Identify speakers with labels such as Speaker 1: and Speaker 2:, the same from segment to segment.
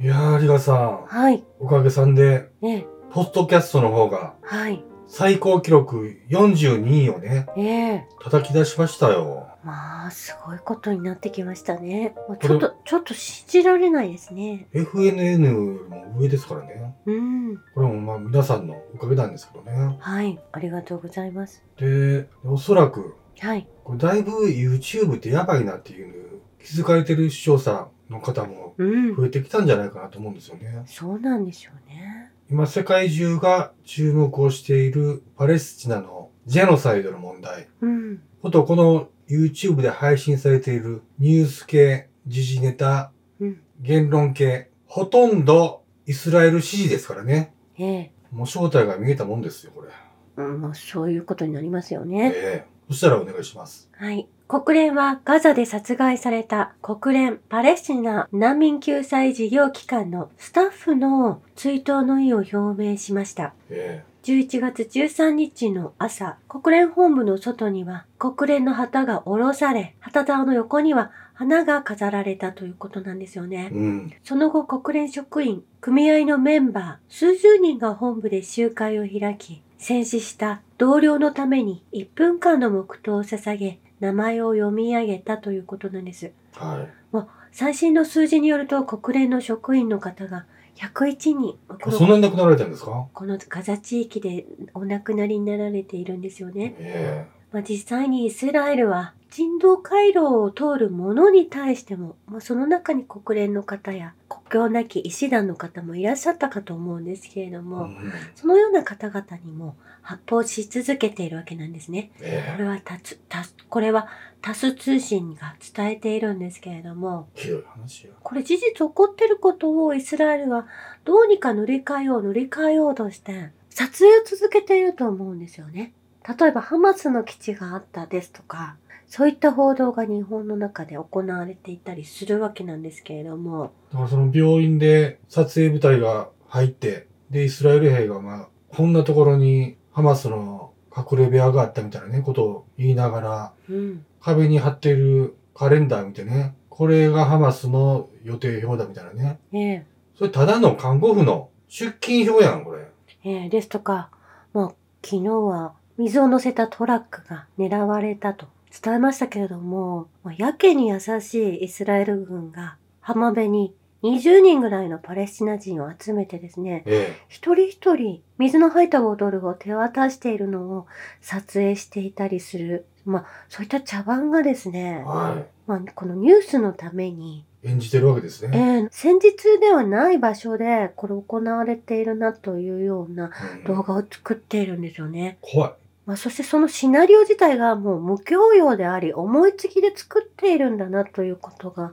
Speaker 1: いやー、リガさん、
Speaker 2: はい。
Speaker 1: おかげさんで、
Speaker 2: ええ。
Speaker 1: ポッドキャストの方が
Speaker 2: はい。
Speaker 1: 最高記録42位をね、
Speaker 2: ええ。
Speaker 1: 叩き出しましたよ。
Speaker 2: まあ、すごいことになってきましたね。ま
Speaker 1: こ
Speaker 2: あち
Speaker 1: れ
Speaker 2: ょっと、ちょっと信じられないですね。
Speaker 1: FNN よりも上ですからね。
Speaker 2: うん。
Speaker 1: これもまあ皆さんのおかげなんですけどね。
Speaker 2: はい。ありがとうございます。
Speaker 1: で、おそらく、
Speaker 2: はい。
Speaker 1: これだいぶ YouTube ってやばいなっていうの気づかれてる視聴者の方も
Speaker 2: うん。
Speaker 1: 増えてきたんじゃないかなと思うんですよね。
Speaker 2: そうなんでしょうね。
Speaker 1: 今世界中が注目をしているパレスチナのジェノサイドの問題。
Speaker 2: うん。
Speaker 1: ことこの YouTube で配信されているニュース系、時事ネタ、
Speaker 2: うん。
Speaker 1: 言論系、ほとんどイスラエル支持ですからね。
Speaker 2: ええ。
Speaker 1: もう正体が見えたもんですよ、これ。
Speaker 2: うん、まあ、そういうことになりますよ
Speaker 1: え
Speaker 2: ね。
Speaker 1: えそしたらお願いします。
Speaker 2: はい。国連はガザで殺害された国連パレスチナ難民救済事業機関のスタッフの追悼の意を表明しました。
Speaker 1: え
Speaker 2: 11月13日の朝、国連本部の外には国連の旗が下ろされ、旗の横には花が飾られたということなんですよね。
Speaker 1: えうん。
Speaker 2: その後国連職員、組合のメンバー、数十人が本部で集会を開き、戦死した同僚のために1分間の黙祷を捧げ、名前を読み上げたということなんです。
Speaker 1: はい。
Speaker 2: 最新の数字によると国連の職員の方が101人、こ
Speaker 1: そんな
Speaker 2: の
Speaker 1: に亡くなられたんですか
Speaker 2: このガザ地域でお亡くなりになられているんですよね。
Speaker 1: え
Speaker 2: まあ、実際にイスラエルは人道回廊を通る者に対しても、まあ、その中に国連の方や国境なき医師団の方もいらっしゃったかと思うんですけれど
Speaker 1: え
Speaker 2: も、
Speaker 1: うん
Speaker 2: そのような方々にも発砲し続けているわけなんですね。こ
Speaker 1: ええ
Speaker 2: れはタスタスこれはタス通信が伝えているんですけれども、
Speaker 1: ひどい話よ。
Speaker 2: これ事実起こってることをイスラエルはどうにか乗り換えよう乗り換えようとして撮影を続けていると思うんですよね。例えばハマスの基地があったですとか、そういった報道が日本の中で行われていたりするわけなんですけれども、
Speaker 1: だからその病院で撮影部隊が入って、で、イスラエル兵がまあ、こんなところにハマスの隠れ部屋があったみたいなね、ことを言いながら、
Speaker 2: うん、
Speaker 1: 壁に貼っているカレンダー見てね、これがハマスの予定表だみたいなね。
Speaker 2: え
Speaker 1: それただの看護婦の出勤表やん、これ。
Speaker 2: えええですとか、まあ昨日は水を乗せたトラックが狙われたと伝えましたけれども、まあやけに優しいイスラエル軍が浜辺に20人ぐらいのパレスチナ人を集めてですね、
Speaker 1: え
Speaker 2: 一人一人水の入ったボトルを手渡しているのを撮影していたりする。まあ、そういった茶番がです
Speaker 1: え
Speaker 2: ね、
Speaker 1: は
Speaker 2: まあ、このニュースのために、
Speaker 1: い。演じてるわけです
Speaker 2: え
Speaker 1: ね。
Speaker 2: ー先日ではない場所でこれ行われているなというような
Speaker 1: うん
Speaker 2: 動画を作っているんですよね。
Speaker 1: 怖い。
Speaker 2: まあ、そしてそのシナリオ自体がもう無教養であり、思いつきで作っているんだなということが、
Speaker 1: うん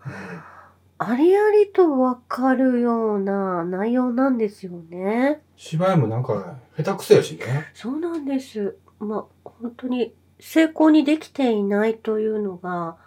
Speaker 2: ありありとわかるような内容なんですよね。
Speaker 1: 芝居もなんか下手くそやしね。
Speaker 2: そうなんです。まあ、本当に成功にできていないというのが、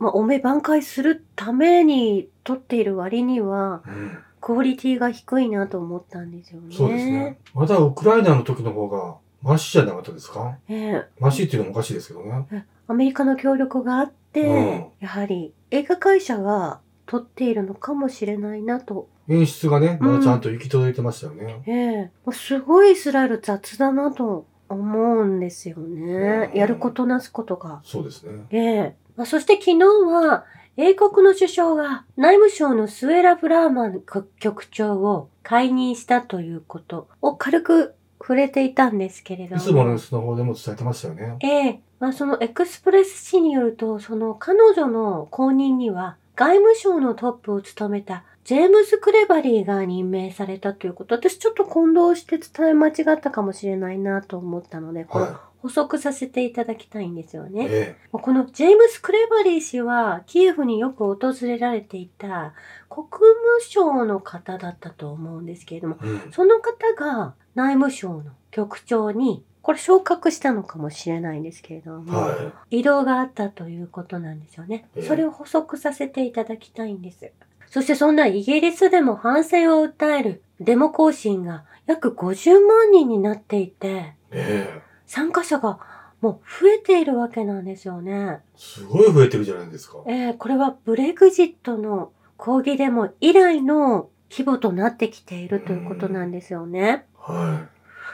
Speaker 2: まあ、お目挽回するために取っている割には、
Speaker 1: うん。
Speaker 2: クオリティが低いなと思ったんですよね。
Speaker 1: そうですね。まだウクライナの時の方がマシじゃなかったですか
Speaker 2: ええ
Speaker 1: マシっていうのもおかしいですけどね。
Speaker 2: アメリカの協力があって、
Speaker 1: うん
Speaker 2: やはり映画会社が取っているのかもしれないなと。
Speaker 1: 演出がね、まだちゃんと行き届いてましたよね。
Speaker 2: ええまあすごいイスラエル雑だなと思うんですよね。
Speaker 1: うん
Speaker 2: やることなすことが。
Speaker 1: そうですね。
Speaker 2: ええまあ、そして昨日は、英国の首相が内務省のスウェラ・ブラーマン局長を解任したということを軽く触れていたんですけれど
Speaker 1: い
Speaker 2: も。
Speaker 1: つものニュースの方でも伝えてましたよね。
Speaker 2: ええまあ、そのエクスプレス誌によると、その彼女の後任には外務省のトップを務めたジェームズ・クレバリーが任命されたということ。私ちょっと混同して伝え間違ったかもしれないなと思ったので、これ
Speaker 1: は
Speaker 2: 補足させていただきたいんですよね。
Speaker 1: い。え
Speaker 2: このジェームス・クレバリー氏はキエフによく訪れられていた国務省の方だったと思うんですけれども
Speaker 1: え。うん。
Speaker 2: その方が内務省の局長にこれ昇格したのかもしれないんですけれども、
Speaker 1: は
Speaker 2: 移動があったということなんですよね
Speaker 1: ええ。
Speaker 2: それを補足させていただきたいんです。そしてそんなイギリスでも反戦を訴えるデモ行進が約50万人になっていて、
Speaker 1: い。ええ。
Speaker 2: 参加者がもう増えているわけなんですよね。
Speaker 1: すごい増えてるじゃないですか。
Speaker 2: えーこれはブレグジットの抗議デモ以来の規模となってきているということなんですよね。
Speaker 1: は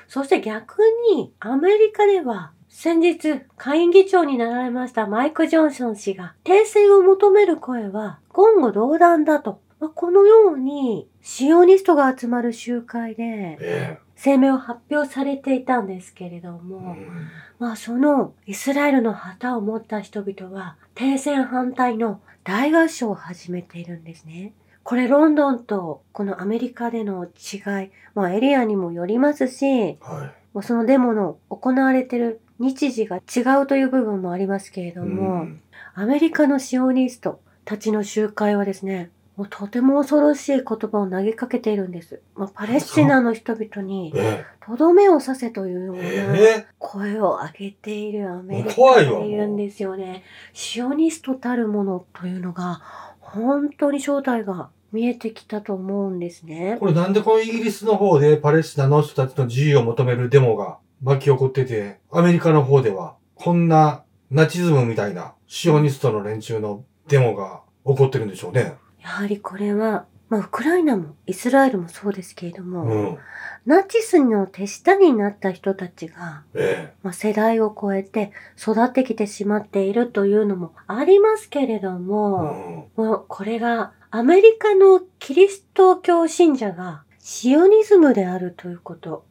Speaker 2: そして逆にアメリカでは先日下院議長になられましたマイク・ジョンソン氏が停戦を求める声は言語道断だと。まあこのようにシオニストが集まる集会
Speaker 1: い。
Speaker 2: で
Speaker 1: え
Speaker 2: 声明を発表されていたんですけれども、
Speaker 1: え。うん
Speaker 2: まあそのイスラエルの旗を持った人々は停戦反対の大合唱を始めているんですね。これロンドンとこのアメリカでの違い、まあエリアにもよりますし、
Speaker 1: はい。
Speaker 2: まあそのデモの行われてる日時が違うという部分もありますけれども、
Speaker 1: うん
Speaker 2: アメリカのシオニストたちの集会はですね、もうとても恐ろしい言葉を投げかけているんです。まあ、パレスチナの人々に
Speaker 1: え
Speaker 2: とどめを刺せというよう
Speaker 1: え。
Speaker 2: な、
Speaker 1: え
Speaker 2: 声を上げているアメリ
Speaker 1: 怖
Speaker 2: カ
Speaker 1: いわも
Speaker 2: が
Speaker 1: う
Speaker 2: いるんですよね。シオニストたるものというのが本当に正体が見えてきたと思うんです
Speaker 1: え。
Speaker 2: ね。
Speaker 1: これなんでこのイギリスの方でパレスチナの人たちの自由を求めるデモが巻き起こってて、アメリカの方ではこんなナチズムみたいなシオニストの連中のデモが起こってるんでしょうね。
Speaker 2: やはりこれは、まあ、ウクライナもイスラエルもそうですけれども、
Speaker 1: うん。
Speaker 2: ナチスの手下になった人たちが、
Speaker 1: え
Speaker 2: まあ、世代を超えて育ってきてしまっているというのもありますけれど
Speaker 1: え。
Speaker 2: も、
Speaker 1: うん
Speaker 2: もうこれがアメリカのキリスト教信者がシオニズムであるということ。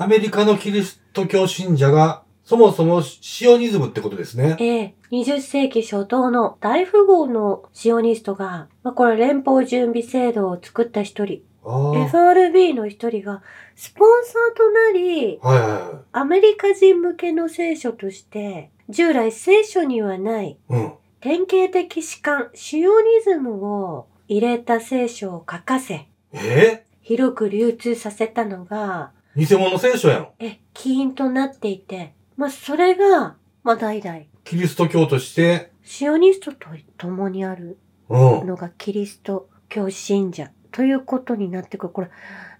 Speaker 1: アメリカのキリスト教信者が、そもそもシオニズムってことですね。
Speaker 2: ええ、20世紀初頭の大富豪のシオニストが、まあ、これ連邦準備制度を作った一人、
Speaker 1: ああ。はい
Speaker 2: FRB の一人が、スポンサーとなり、
Speaker 1: はいは
Speaker 2: アメリカ人向けの聖書として、従来聖書にはない
Speaker 1: い。うん。
Speaker 2: 典型的史観、シオニズムを入れた聖書を書かせ、
Speaker 1: え
Speaker 2: 広く流通させたのが、
Speaker 1: え偽物聖書やん。
Speaker 2: え、起因となっていて、まあ、それが、まあ、代々、
Speaker 1: キリスト教として、
Speaker 2: シオニストと共にある
Speaker 1: うん。
Speaker 2: のがキリスト教信者ということになってくる。これ、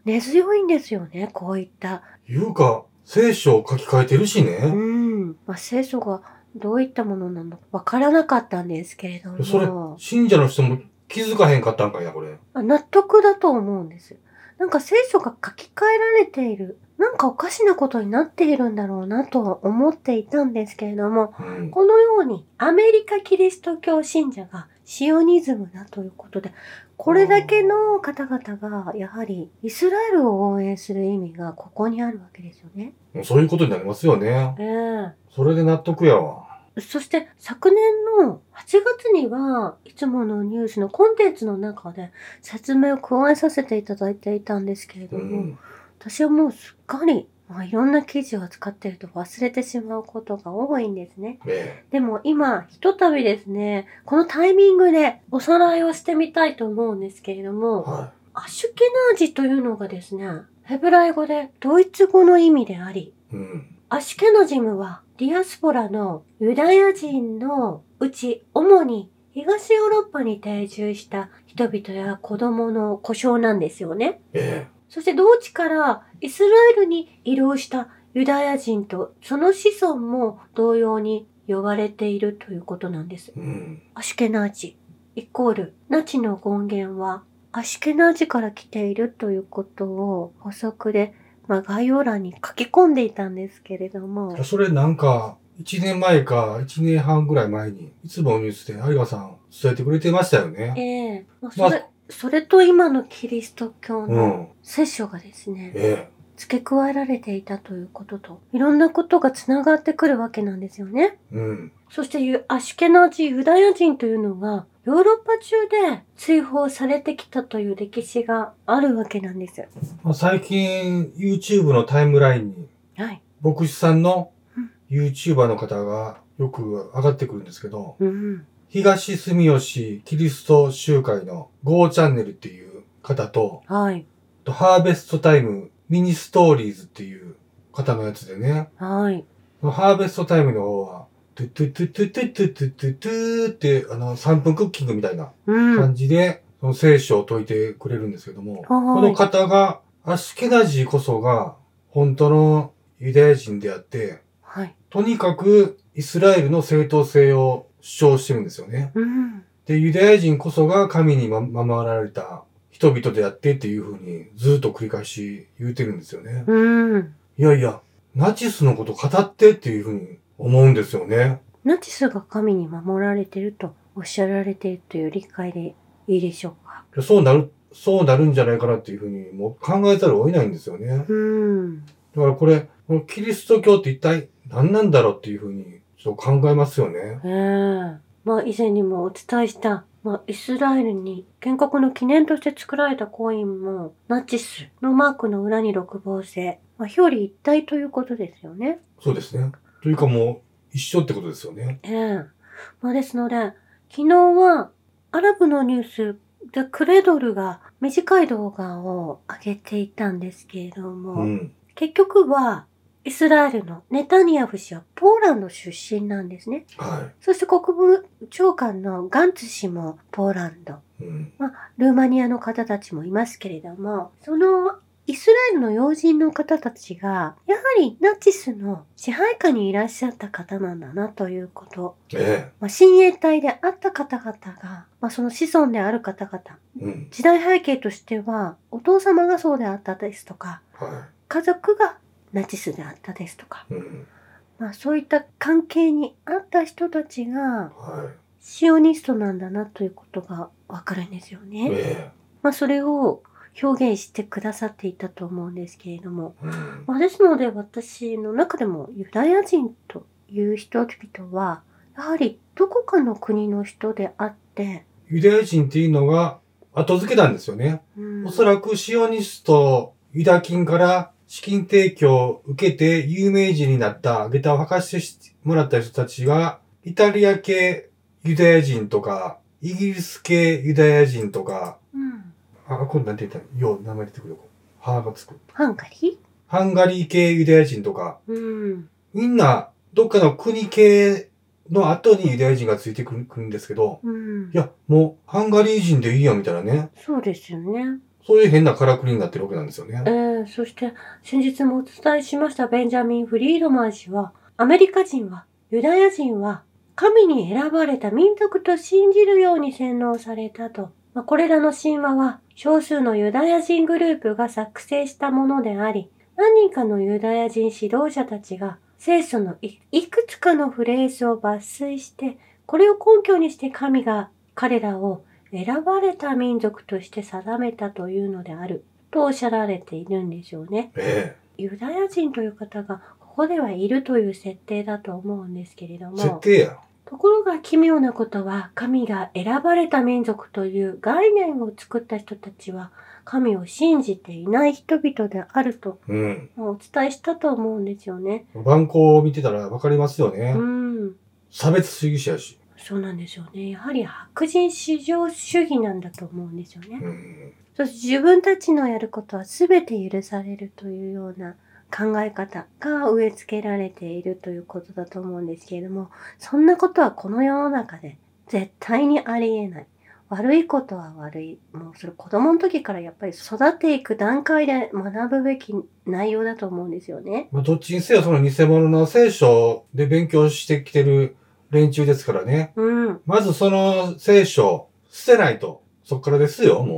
Speaker 2: 根強いんですよね、こういった。
Speaker 1: いうか、聖書を書き換えてるし
Speaker 2: う
Speaker 1: ね。
Speaker 2: ん。まあ、聖書がどういったものなのかわからなかったんですけれど
Speaker 1: それ
Speaker 2: も、、
Speaker 1: 信者の人も気づかへんかったんかいな、これ。
Speaker 2: あ納得だと思うんです。なんか聖書が書き換えられている。なんかおかしなことになっているんだろうなとは思っていたんですけれども、
Speaker 1: うん。
Speaker 2: このようにアメリカキリスト教信者がシオニズムだということで、これだけの方々がやはりイスラエルを応援する意味がここにあるわけですよね。
Speaker 1: もうそういうことになりますよね。
Speaker 2: ええ
Speaker 1: それで納得やわ。
Speaker 2: そして昨年の8月にはいつものニュースのコンテンツの中で説明を加えさせていただいていたんですけれど
Speaker 1: う
Speaker 2: も、
Speaker 1: ん。
Speaker 2: 私はもうすっかり、まあ、いろんな記事を扱っていると忘れてしまうことが多いんですね。
Speaker 1: え
Speaker 2: でも今、ひとたびですね、このタイミングでおさらいをしてみたいと思うんですけれど
Speaker 1: え。
Speaker 2: も、
Speaker 1: は
Speaker 2: アシュケナージというのがですね、ヘブライ語でドイツ語の意味であり、
Speaker 1: い。うん。
Speaker 2: アシュケナジムはディアスポラのユダヤ人のうち主に東ヨーロッパに定住した人々や子供の故障なんですよね。
Speaker 1: え
Speaker 2: そして同地からイスラエルに移動したユダヤ人とその子孫も同様に呼ばれているということなんです。
Speaker 1: え。うん。
Speaker 2: アシュケナーチイコールナチの権限はアシュケナーチから来ているということを補足で、まあ、概要欄に書き込んでいたんですけれども、
Speaker 1: それなんか、一年前か、一年半ぐらい前に、いつものニュースで有賀さん伝えてくれてましたよ
Speaker 2: え
Speaker 1: ね。
Speaker 2: えまあ、
Speaker 1: ま
Speaker 2: そ
Speaker 1: あ
Speaker 2: れ、それと今のキリスト教
Speaker 1: う
Speaker 2: の
Speaker 1: ん。
Speaker 2: 聖書がですね、
Speaker 1: え
Speaker 2: 付け加えられていたということと、いろんなことがつながってくるわけなんですよね。
Speaker 1: え。うん。
Speaker 2: そしてユアシュケナジユダヤ人というのがヨーロッパ中で追放されてきたという歴史があるわけなんです。
Speaker 1: まあ、最近、YouTube のタイムラインに、
Speaker 2: はい。
Speaker 1: 牧師さんの
Speaker 2: うん
Speaker 1: YouTuber の方がよく上がってくるんですけど、
Speaker 2: うん。
Speaker 1: 東住吉キリスト集会の GO チャンネルっていう方と、
Speaker 2: はい。
Speaker 1: あとハーベストタイムミニストーリーズっていう方のやつでね、
Speaker 2: はい。
Speaker 1: ハーベストタイムの方は、トゥトゥトゥトゥトゥトゥトゥトゥトゥって、あの、3分クッキングみたいな
Speaker 2: うん。
Speaker 1: 感じで、その聖書を解いてくれるんですけども、
Speaker 2: はーい
Speaker 1: この方が、アシュケナジーこそが、本当のユダヤ人であって、
Speaker 2: はい。
Speaker 1: とにかくイスラエルの正当性を主張してるんですよね。
Speaker 2: うん。
Speaker 1: で、ユダヤ人こそが神にま守られた人々でやってっていうふうにずっと繰り返し言うてるんですよね。
Speaker 2: うん。
Speaker 1: いやいや、ナチスのこと語ってっていうふうに思うんですよね。
Speaker 2: ナチスが神に守られてるとおっしゃられているという理解でいいでしょうか。
Speaker 1: でそうなる、そうなるんじゃないかなっていうふうにもう考えざるを得ないんですよね。
Speaker 2: うん。
Speaker 1: だからこれ、このキリスト教って一体何なんだろうっていうふうにちょっと考えますよね。
Speaker 2: ええまあ以前にもお伝えした、まあ、イスラエルに建国の記念として作られたコインもナチスのマークの裏に六芒星、まあ、表裏一体ということですよね。
Speaker 1: そうですね。というかもう一緒ってことですよね。
Speaker 2: ええまあ、ですので昨日はアラブのニュースでクレドルが短い動画を上げていたんですけれども、
Speaker 1: うん。
Speaker 2: 結局はイスラエルのネタニヤフ氏はポーランド出身なんですね。
Speaker 1: は
Speaker 2: そして国務長官のガンツ氏もポーランド。
Speaker 1: い。うん。
Speaker 2: ルーマニアの方たちもいますけれども、そのイスラエルの要人の方たちが、やはりナチスの支配下にいらっしゃった方なんだなということ。
Speaker 1: え
Speaker 2: まあ、親衛隊であった方々が、まあ、その子孫である方々、
Speaker 1: え。うん。
Speaker 2: 時代背景としては、お父様がそうであったですとか、
Speaker 1: は
Speaker 2: 家族がナチスであったですとか、
Speaker 1: い。うん。
Speaker 2: まあ、そういった関係にあった人たちが、
Speaker 1: は
Speaker 2: シオニストなんだなということがわかるんですよね。
Speaker 1: い。え
Speaker 2: まあ、それを表現してくださっていたと思うんですけれども、
Speaker 1: え。うん。
Speaker 2: まあ、ですので私の中でもユダヤ人という人々はやはりどこかの国の人であって、
Speaker 1: ユダヤ人っていうのが後付けなんですよね。
Speaker 2: うん
Speaker 1: おそらくシオニスト、ユダキンから資金提供を受けて有名人になった、下駄を履かせてもらった人たちが、イタリア系ユダヤ人とか、イギリス系ユダヤ人とか、
Speaker 2: うん
Speaker 1: あ、今度なんて言ったのよう、名前出てくるよ。母がつく。
Speaker 2: ハンガリ
Speaker 1: ハンガリー系ユダヤ人とか、
Speaker 2: ー、うん
Speaker 1: みんな、どっかの国系の後にユダヤ人がついてくるくるんですけど、
Speaker 2: うん
Speaker 1: い、や、もう、ハンガリー人でいいや、みたいなね。
Speaker 2: そうですよね、
Speaker 1: そういう変なからくりになってるわけなんですよね。
Speaker 2: えーそして先日もお伝えしましたベンジャミン・フリードマン氏はアメリカ人はユダヤ人は神に選ばれた民族と信じるように洗脳されたと。まあ、これらの神話は少数のユダヤ人グループが作成したものであり、何人かのユダヤ人指導者たちが聖書のいいくつかのフレーズを抜粋して、これを根拠にして神が彼らを選ばれた民族として定めたというのであるとおっしゃられているんでしょうね。
Speaker 1: え
Speaker 2: ユダヤ人という方がここではいるという設定だと思うんですけれど
Speaker 1: え。設
Speaker 2: も、
Speaker 1: 定や。
Speaker 2: ところが奇妙なことは、神が選ばれた民族という概念を作った人たちは、神を信じていない人々であると
Speaker 1: うん。
Speaker 2: まあお伝えしたと思うんですよね。
Speaker 1: 蛮行を見てたらわかりますよね
Speaker 2: う。ん。
Speaker 1: 差別主義者やし。
Speaker 2: そうなんですよね。やはり白人至上主義なんだと思うんですよね。
Speaker 1: うん。
Speaker 2: そして自分たちのやることは全て許されるというような考え方が植え付けられているということだと思うんですけれども、そんなことはこの世の中で絶対にありえない。悪いことは悪い。もうそれ子供の時からやっぱり育っていく段階で学ぶべき内容だと思うんですよね。
Speaker 1: まあ、どっちにせよその偽物の聖書で勉強してきてる連中ですからね。
Speaker 2: うん。
Speaker 1: まずその聖書、捨てないと。そっからですよ、
Speaker 2: ええ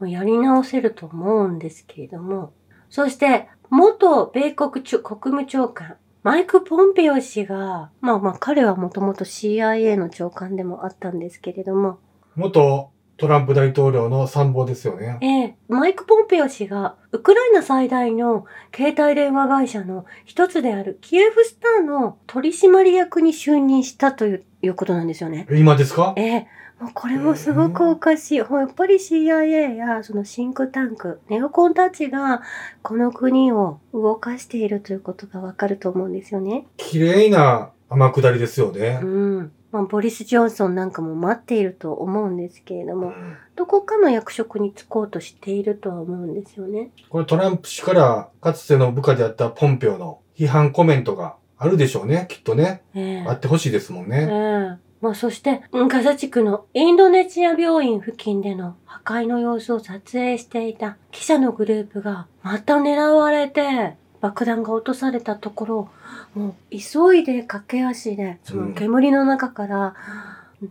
Speaker 1: も
Speaker 2: もうやり直せると思うんですけれども。そして、元米国ちょ国務長官、マイク・ポンペオ氏が、まあまあ彼はもともと CIA の長官でもあったんですけれども、
Speaker 1: う。元トランプ大統領の参謀ですよね。
Speaker 2: ええマイク・ポンペオ氏が、ウクライナ最大の携帯電話会社の一つであるキエフスターの取締役に就任したといういうことなんですよね。
Speaker 1: 今ですか
Speaker 2: ええ、もうこれもすごくおかしい。ほやっぱり CIA やそのシンクタンク、ネオコンたちがこの国を動かしているということがわかると思うんですよね。
Speaker 1: 綺麗な天下りですよね
Speaker 2: う。ん。まあ、ボリス・ジョンソンなんかも待っていると思うんですけれど
Speaker 1: う
Speaker 2: も、
Speaker 1: ん
Speaker 2: どこかの役職に就こうとしているとは思うんですよね。
Speaker 1: これトランプ氏からかつての部下であったポンペオの批判コメントがあるでしょうね、きっとね。
Speaker 2: ええ
Speaker 1: あってほしいですもん
Speaker 2: え
Speaker 1: ね。
Speaker 2: えまあ、そして、うんガザ地区のインドネシア病院付近での破壊の様子を撮影していた記者のグループがまた狙われて爆弾が落とされたところ、もう急いで駆け足で、そうの
Speaker 1: ん
Speaker 2: 煙の中から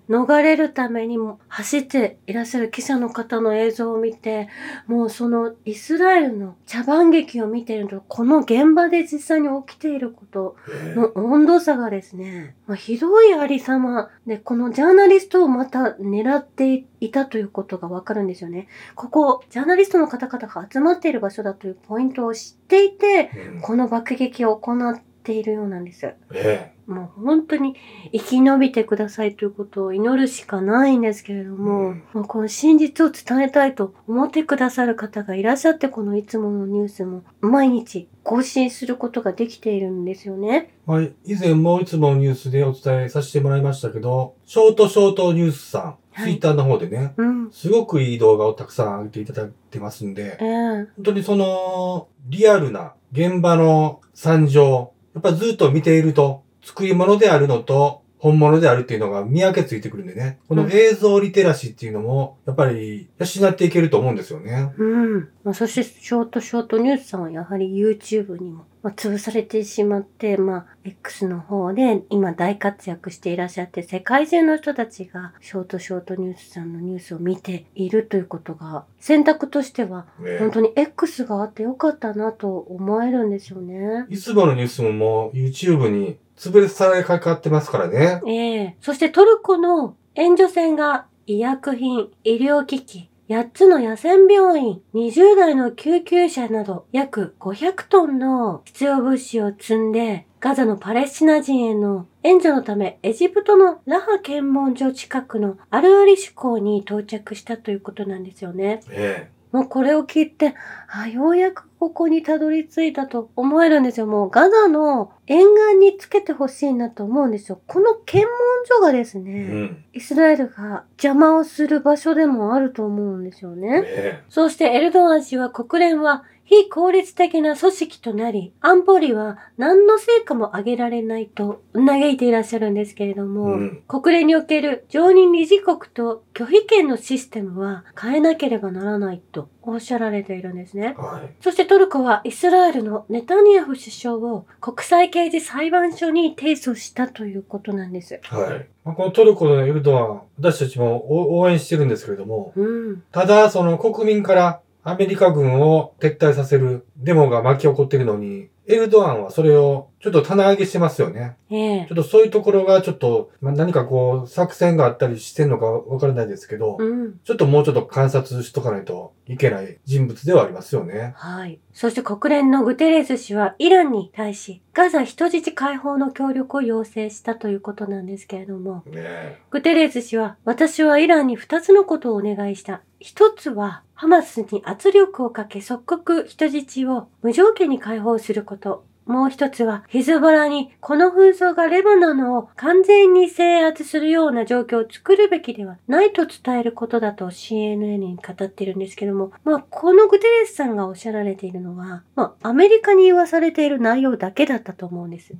Speaker 2: 逃れるためにも走っていらっしゃる記者の方の映像を見て、もうそのイスラエルの茶番劇を見ていると、この現場で実際に起きていることの温度差がですね、まあ、ひどいありさまで、このジャーナリストをまた狙っていたということがわかるんですよね。ここ、ジャーナリストの方々が集まっている場所だというポイントを知っていて、
Speaker 1: うん
Speaker 2: この爆撃を行っているようなんです。
Speaker 1: え
Speaker 2: もう本当に生き延びてくださいということを祈るしかないんですけれど
Speaker 1: う
Speaker 2: も、
Speaker 1: ん
Speaker 2: もうこの真実を伝えたいと思ってくださる方がいらっしゃって、このいつものニュースも毎日更新することができているんですよね
Speaker 1: え。まあ、以前もいつものニュースでお伝えさせてもらいましたけど、ショートショートニュースさん、
Speaker 2: はい
Speaker 1: ツイッターの方でね、
Speaker 2: うん。
Speaker 1: すごくいい動画をたくさん上げていただいてますんで
Speaker 2: え、え
Speaker 1: 本当にその、リアルな現場の惨状、やっぱずっと見ていると、作り物であるのと、本物であるっていうのが見分けついてくるんでね。こ
Speaker 2: う
Speaker 1: の
Speaker 2: ん
Speaker 1: 映像リテラシーっていうのも、やっぱり養っていけると思うんですよね。
Speaker 2: うん。まあ、そして、ショートショートニュースさんはやはり YouTube にも、まあ、潰されてしまって、まあ、X の方で今大活躍していらっしゃって、世界中の人たちがショートショートニュースさんのニュースを見ているということが、選択としては、
Speaker 1: ね
Speaker 2: 本当に X があってよかったなと思えるんですよね。
Speaker 1: いつものニュースももう YouTube に潰れされかかってますからね。
Speaker 2: ええそしてトルコの援助船が医薬品、医療機器、8つの野戦病院、20台の救急車など約500トンの必要物資を積んで、ガザのパレスチナ人への援助のため、エジプトのラハ検問所近くのアルアリシュ港に到着したということなんですよね。
Speaker 1: え
Speaker 2: もうこれを聞いて、あ、ようやくここにたどり着いたと思えるんですよ。もうガザの沿岸につけてほしいなと思うんですよ。この検問所がです
Speaker 1: え。う
Speaker 2: ね、
Speaker 1: ん。
Speaker 2: イスラエルが邪魔をする場所でもあると思うんですよね。
Speaker 1: え
Speaker 2: そうしてエルドアン氏は国連は非効率的な組織となり、安保理は何の成果も上げられないと嘆いていらっしゃるんですけれど
Speaker 1: え。
Speaker 2: も、
Speaker 1: うん。
Speaker 2: 国連における常任理事国と拒否権のシステムは変えなければならないとおっしゃられているんですね。
Speaker 1: はい。
Speaker 2: そしてトルコはイスラエルのネタニヤフ首相を国際刑事裁判所に提訴したということなんです。
Speaker 1: はい。まあ、このトルコのエルドアン、私たちも応応援してるんですけれども、
Speaker 2: うん。
Speaker 1: ただ、その国民からアメリカ軍を撤退させるデモが巻き起こってるのに、エルドアンはそれをちょっと棚上げしてますよね。
Speaker 2: ええ
Speaker 1: ちょっとそういうところがちょっと、まあ、何かこう作戦があったりしてんのかわからないですけど、
Speaker 2: うん。
Speaker 1: ちょっともうちょっと観察しとかないといけない人物ではありますよね。
Speaker 2: はい。そして国連のグテレス氏はイランに対しガザ人質解放の協力を要請したということなんですけれども、
Speaker 1: ねえ。
Speaker 2: グテレス氏は、私はイランに二つのことをお願いした。一つは、ハマスに圧力をかけ即刻人質を無条件に解放すること。もう一つは、ヒズボラにこの紛争がレバノンを完全に制圧するような状況を作るべきではないと伝えることだと CNN に語っているんですけども、まあ、このグテレスさんがおっしゃられているのは、まあ、アメリカに言わされている内容だけだったと思うんです。
Speaker 1: うん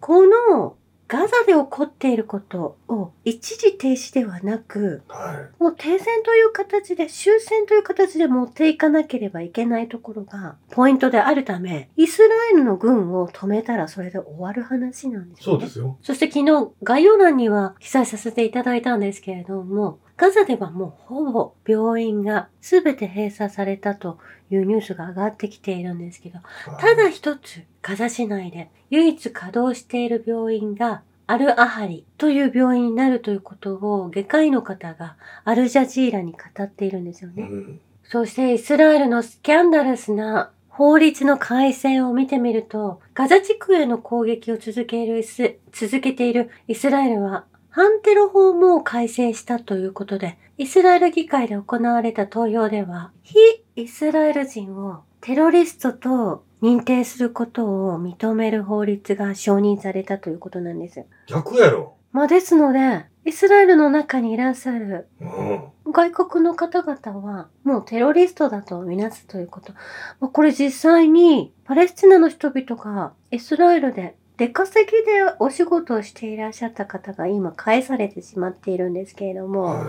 Speaker 2: このガザで起こっていることを一時停止ではなく、
Speaker 1: は
Speaker 2: もう停戦という形で、終戦という形で持っていかなければいけないところがポイントであるため、イスラエルの軍を止めたらそれで終わる話なんで
Speaker 1: い。
Speaker 2: す
Speaker 1: そ
Speaker 2: よ
Speaker 1: う
Speaker 2: ね
Speaker 1: で。すよ。
Speaker 2: そして昨日概要欄には記載させていただいたんですけれども、ガザではもうほぼ病院が全て閉鎖されたというニュースが上がってきているんですけど、ただ一つ、ガザ市内で唯一稼働している病院が、アルアハリという病院になるということを外科医の方がアルジャジーラに語っているんですよ
Speaker 1: う
Speaker 2: ね。
Speaker 1: ん。
Speaker 2: そしてイスラエルのスキャンダルスな法律の改正を見てみると、ガザ地区への攻撃を続けるイス続けているイスラエルは、反テロ法も改正したということで、イスラエル議会で行われた投票では、非イスラエル人をテロリストと認定することを認める法律が承認されたということなんです。
Speaker 1: 逆やろ。
Speaker 2: まあですので、イスラエルの中にいらっしゃる
Speaker 1: うん。
Speaker 2: 外国の方々はもうテロリストだとみなすということ。まあこれ実際にパレスチナの人々がイスラエルで出稼ぎでお仕事をしていらっしゃった方が今返されてしまっているんですけれども、
Speaker 1: は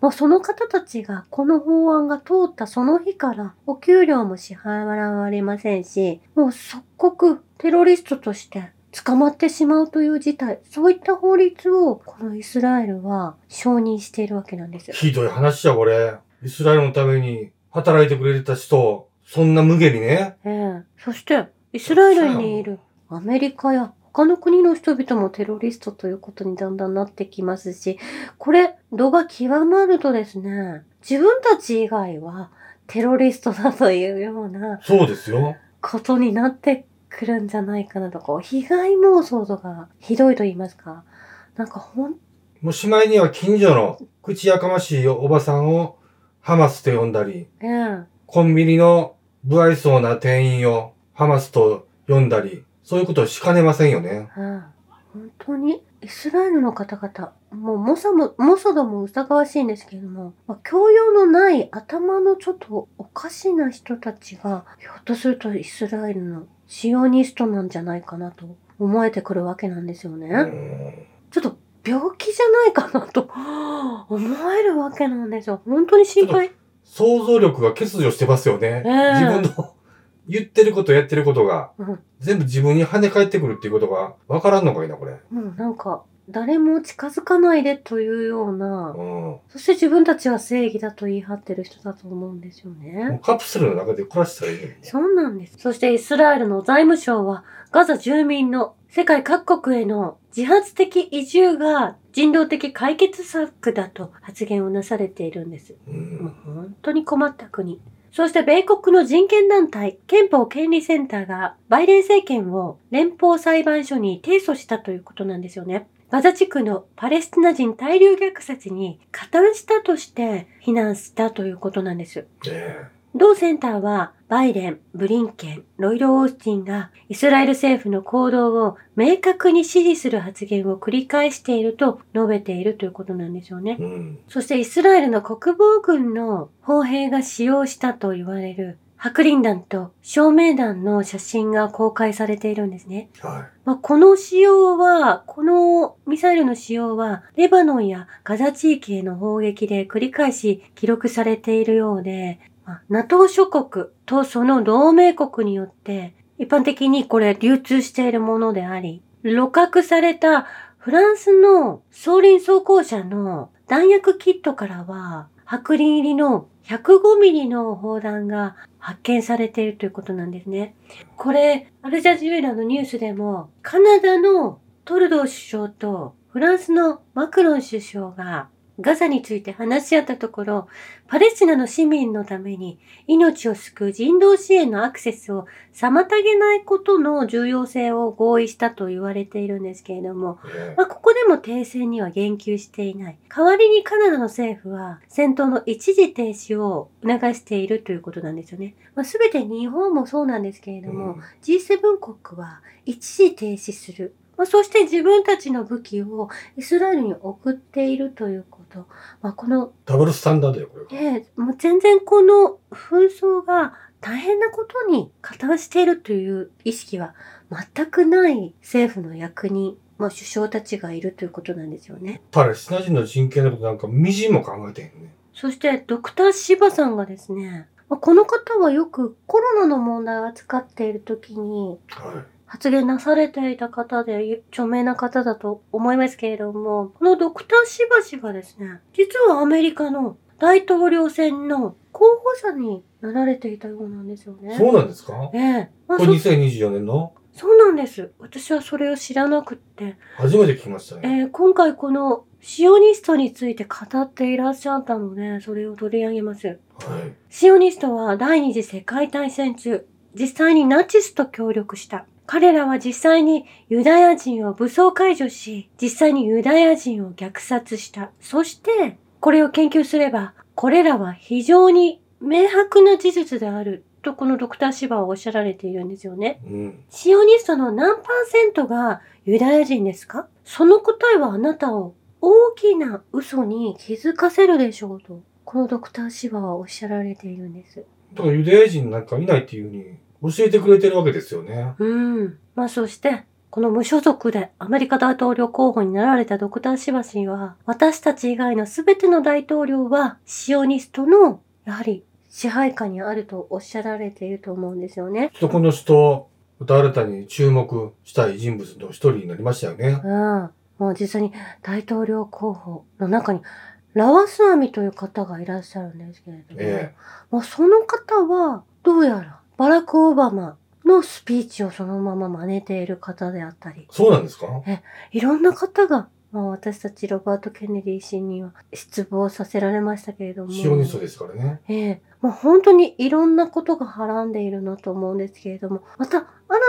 Speaker 2: もうその方たちがこの法案が通ったその日からお給料も支払われませんし、もう即刻テロリストとして捕まってしまうという事態、そういった法律をこのイスラエルは承認しているわけなんですよ。
Speaker 1: ひどい話じゃ、これ。イスラエルのために働いてくれてた人、そんな無下にね。
Speaker 2: ええそして、イスラエルにいるアメリカや他の国の人々もテロリストということにだんだんなってきますし、これ、度が極まるとですね、自分たち以外はテロリストだというような
Speaker 1: そうですよ。
Speaker 2: ことになってくるんじゃないかなと、こう、被害妄想とかひどいと言いますか、なんか本
Speaker 1: もうしまいには近所の口やかましいおばさんをハマスと呼んだり、
Speaker 2: 当ね、
Speaker 1: コンビニの不愛想な店員をハマスと呼んだり、そういうことをしかねませんよね。
Speaker 2: うん本当にイスラエルの方々、もうモサも、モサドも疑わしいんですけれども、まあ教養のない頭のちょっとおかしな人たちが、ひょっとするとイスラエルのシオニストなんじゃないかなと思えてくるわけなんですよね。
Speaker 1: うん
Speaker 2: ちょっと病気じゃないかなと思えるわけなんですよ。本当に心配。
Speaker 1: 想像力が欠如してますよね。
Speaker 2: ええ
Speaker 1: 自分の言ってることやってることが、
Speaker 2: うん
Speaker 1: 全部自分に跳ね返ってくるっていうことが分からんのかいな、これ。
Speaker 2: もうなんか、誰も近づかないでというような、
Speaker 1: うん。も
Speaker 2: そして自分たちは正義だと言い張ってる人だと思うんですよね。
Speaker 1: うカプセルの中で暮らしたらいいのに。
Speaker 2: そうなんです。そしてイスラエルの財務省は、ガザ住民の世界各国への自発的移住が人道的解決策だと発言をなされているんです。
Speaker 1: う。
Speaker 2: もうん本当に困った国。そして米国の人権団体、憲法権利センターがバイデン政権を連邦裁判所に提訴したということなんですよね。ガザ地区のパレスチナ人大量虐殺に加担したとして非難したということなんです。
Speaker 1: え
Speaker 2: 同センターは、バイデン、ブリンケン、ロイド・オースティンが、イスラエル政府の行動を明確に支持する発言を繰り返していると述べているということなんですよね
Speaker 1: え。うん。
Speaker 2: そしてイスラエルの国防軍の砲兵が使用したと言われる白リン弾と照明弾の写真が公開されているんですね。
Speaker 1: は
Speaker 2: まあ、この使用は、このミサイルの使用は、レバノンやガザ地域への砲撃で繰り返し記録されているようで、まあ NATO 諸国とその同盟国によって、一般的にこれ流通しているものであり、露獲されたフランスの装輪装甲車の弾薬キットからは、白輪入りの105ミリの砲弾が発見されているということなんですね。これ、アルジャジーラのニュースでも、カナダのトルドー首相とフランスのマクロン首相がガザについて話し合ったところ、パレスチナの市民のために命を救う人道支援のアクセスを妨げないことの重要性を合意したと言われているんですけれども、
Speaker 1: い。え
Speaker 2: まあ、ここでも停戦には言及していない。代わりにカナダの政府は戦闘の一時停止を促しているということなんですよね。まあ、全て日本もそうなんですけれ
Speaker 1: え
Speaker 2: ども、
Speaker 1: うん
Speaker 2: G7 国は一時停止する。まあ、そして自分たちの武器をイスラエルに送っているということ。まあ、この、
Speaker 1: ダブルスタンダードよ、これが。
Speaker 2: ね、もう全然この紛争が大変なことに加担しているという意識は全くない政府の役人、まあ、首相たちがいるということなんですよね。
Speaker 1: パレスチナ人の人権のことなんかみじんも考えてへんね。
Speaker 2: そしてドクターシバさんがですね、まあこの方はよくコロナの問題を扱っている時に
Speaker 1: は
Speaker 2: 発言なされていた方で、著名な方だと思いますけれども、このドクターしばしがですね、実はアメリカの大統領選の候補者になられていたようなんですよ
Speaker 1: い。
Speaker 2: ね。
Speaker 1: そうなんですか
Speaker 2: ええまあ
Speaker 1: こ
Speaker 2: そ
Speaker 1: れ。2024年の
Speaker 2: そうなんです。私はそれを知らなくって、
Speaker 1: 初めて聞きましたね。
Speaker 2: えー今回このシオニストについて語っていらっしゃったので、それを取り上げます。
Speaker 1: はい。
Speaker 2: シオニストは第二次世界大戦中、実際にナチスと協力した。彼らは実際にユダヤ人を武装解除し、実際にユダヤ人を虐殺した。そして、これを研究すれば、これらは非常に明白な事実である。と、このドクターシバはおっしゃられているんですよね。
Speaker 1: うん。
Speaker 2: シオニストの何パーセントがユダヤ人ですかその答えはあなたを大きな嘘に気づかせるでしょうと、このドクターシバはおっしゃられているんです。
Speaker 1: だからユダヤ人なんかいないっていうふうに教えてくれてるわけですよね。
Speaker 2: うん。まあそして、この無所属でアメリカ大統領候補になられたドクターシバ氏は、私たち以外の全ての大統領はシオニストの、やはり支配下にあるとおっしゃられていると思うんですよね。
Speaker 1: ちょっとこの人、また新たに注目したい人物の一人になりましたよね。
Speaker 2: うん。もう実際に大統領候補の中に、ラワスアミという方がいらっしゃるんですけれども、
Speaker 1: え
Speaker 2: まあ、その方は、どうやら、バラク・オバマのスピーチをそのまま真似ている方であったり、
Speaker 1: そうなんですか
Speaker 2: いろんな方が、まあ、私たちロバート・ケネディ氏には失望させられましたけれども。
Speaker 1: シオニストですからね。
Speaker 2: ええまあ、本当にいろんなことがはらんでいるなと思うんですけれども、また新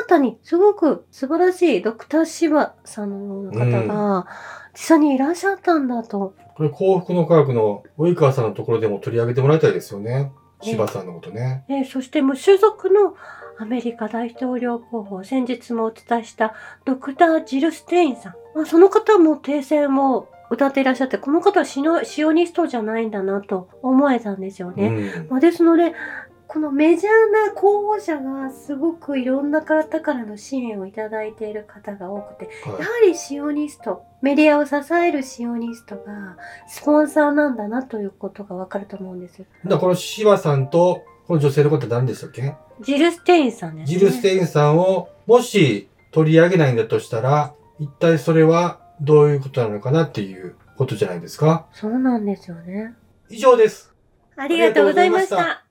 Speaker 2: たにすごく素晴らしいドクターシバさんのような方が実際にいらっしゃったんだと。
Speaker 1: これ幸福の科学の及川さんのところでも取り上げてもらいたいですよね。
Speaker 2: ええ
Speaker 1: 柴さんのことね。
Speaker 2: ええそして無所属のアメリカ大統領候補、先日もお伝えしたドクター・ジル・ステインさん。まあ、その方も訂正も歌っていらっしゃって、この方はシノシオニストじゃないんだなと思えたんですよね。
Speaker 1: うん
Speaker 2: まあ、ですのでこのメジャーな候補者がすごくいろんな方からの支援をいただいている方が多くてや
Speaker 1: は
Speaker 2: はりシオニストメディアを支えるシオニストがスポンサーなんだなということがわかると思うんです
Speaker 1: い。だこの柴さんと、この女性の方は誰でしたっけ
Speaker 2: ジル・ステインさんですね
Speaker 1: ジル・ステインさんを、もし取り上げないんだとしたら、一体それはどういうことなのかなっていうことじゃないですか。
Speaker 2: そうなんですよね
Speaker 1: 以上です。
Speaker 2: ありがとうございまし
Speaker 1: ありがとうございました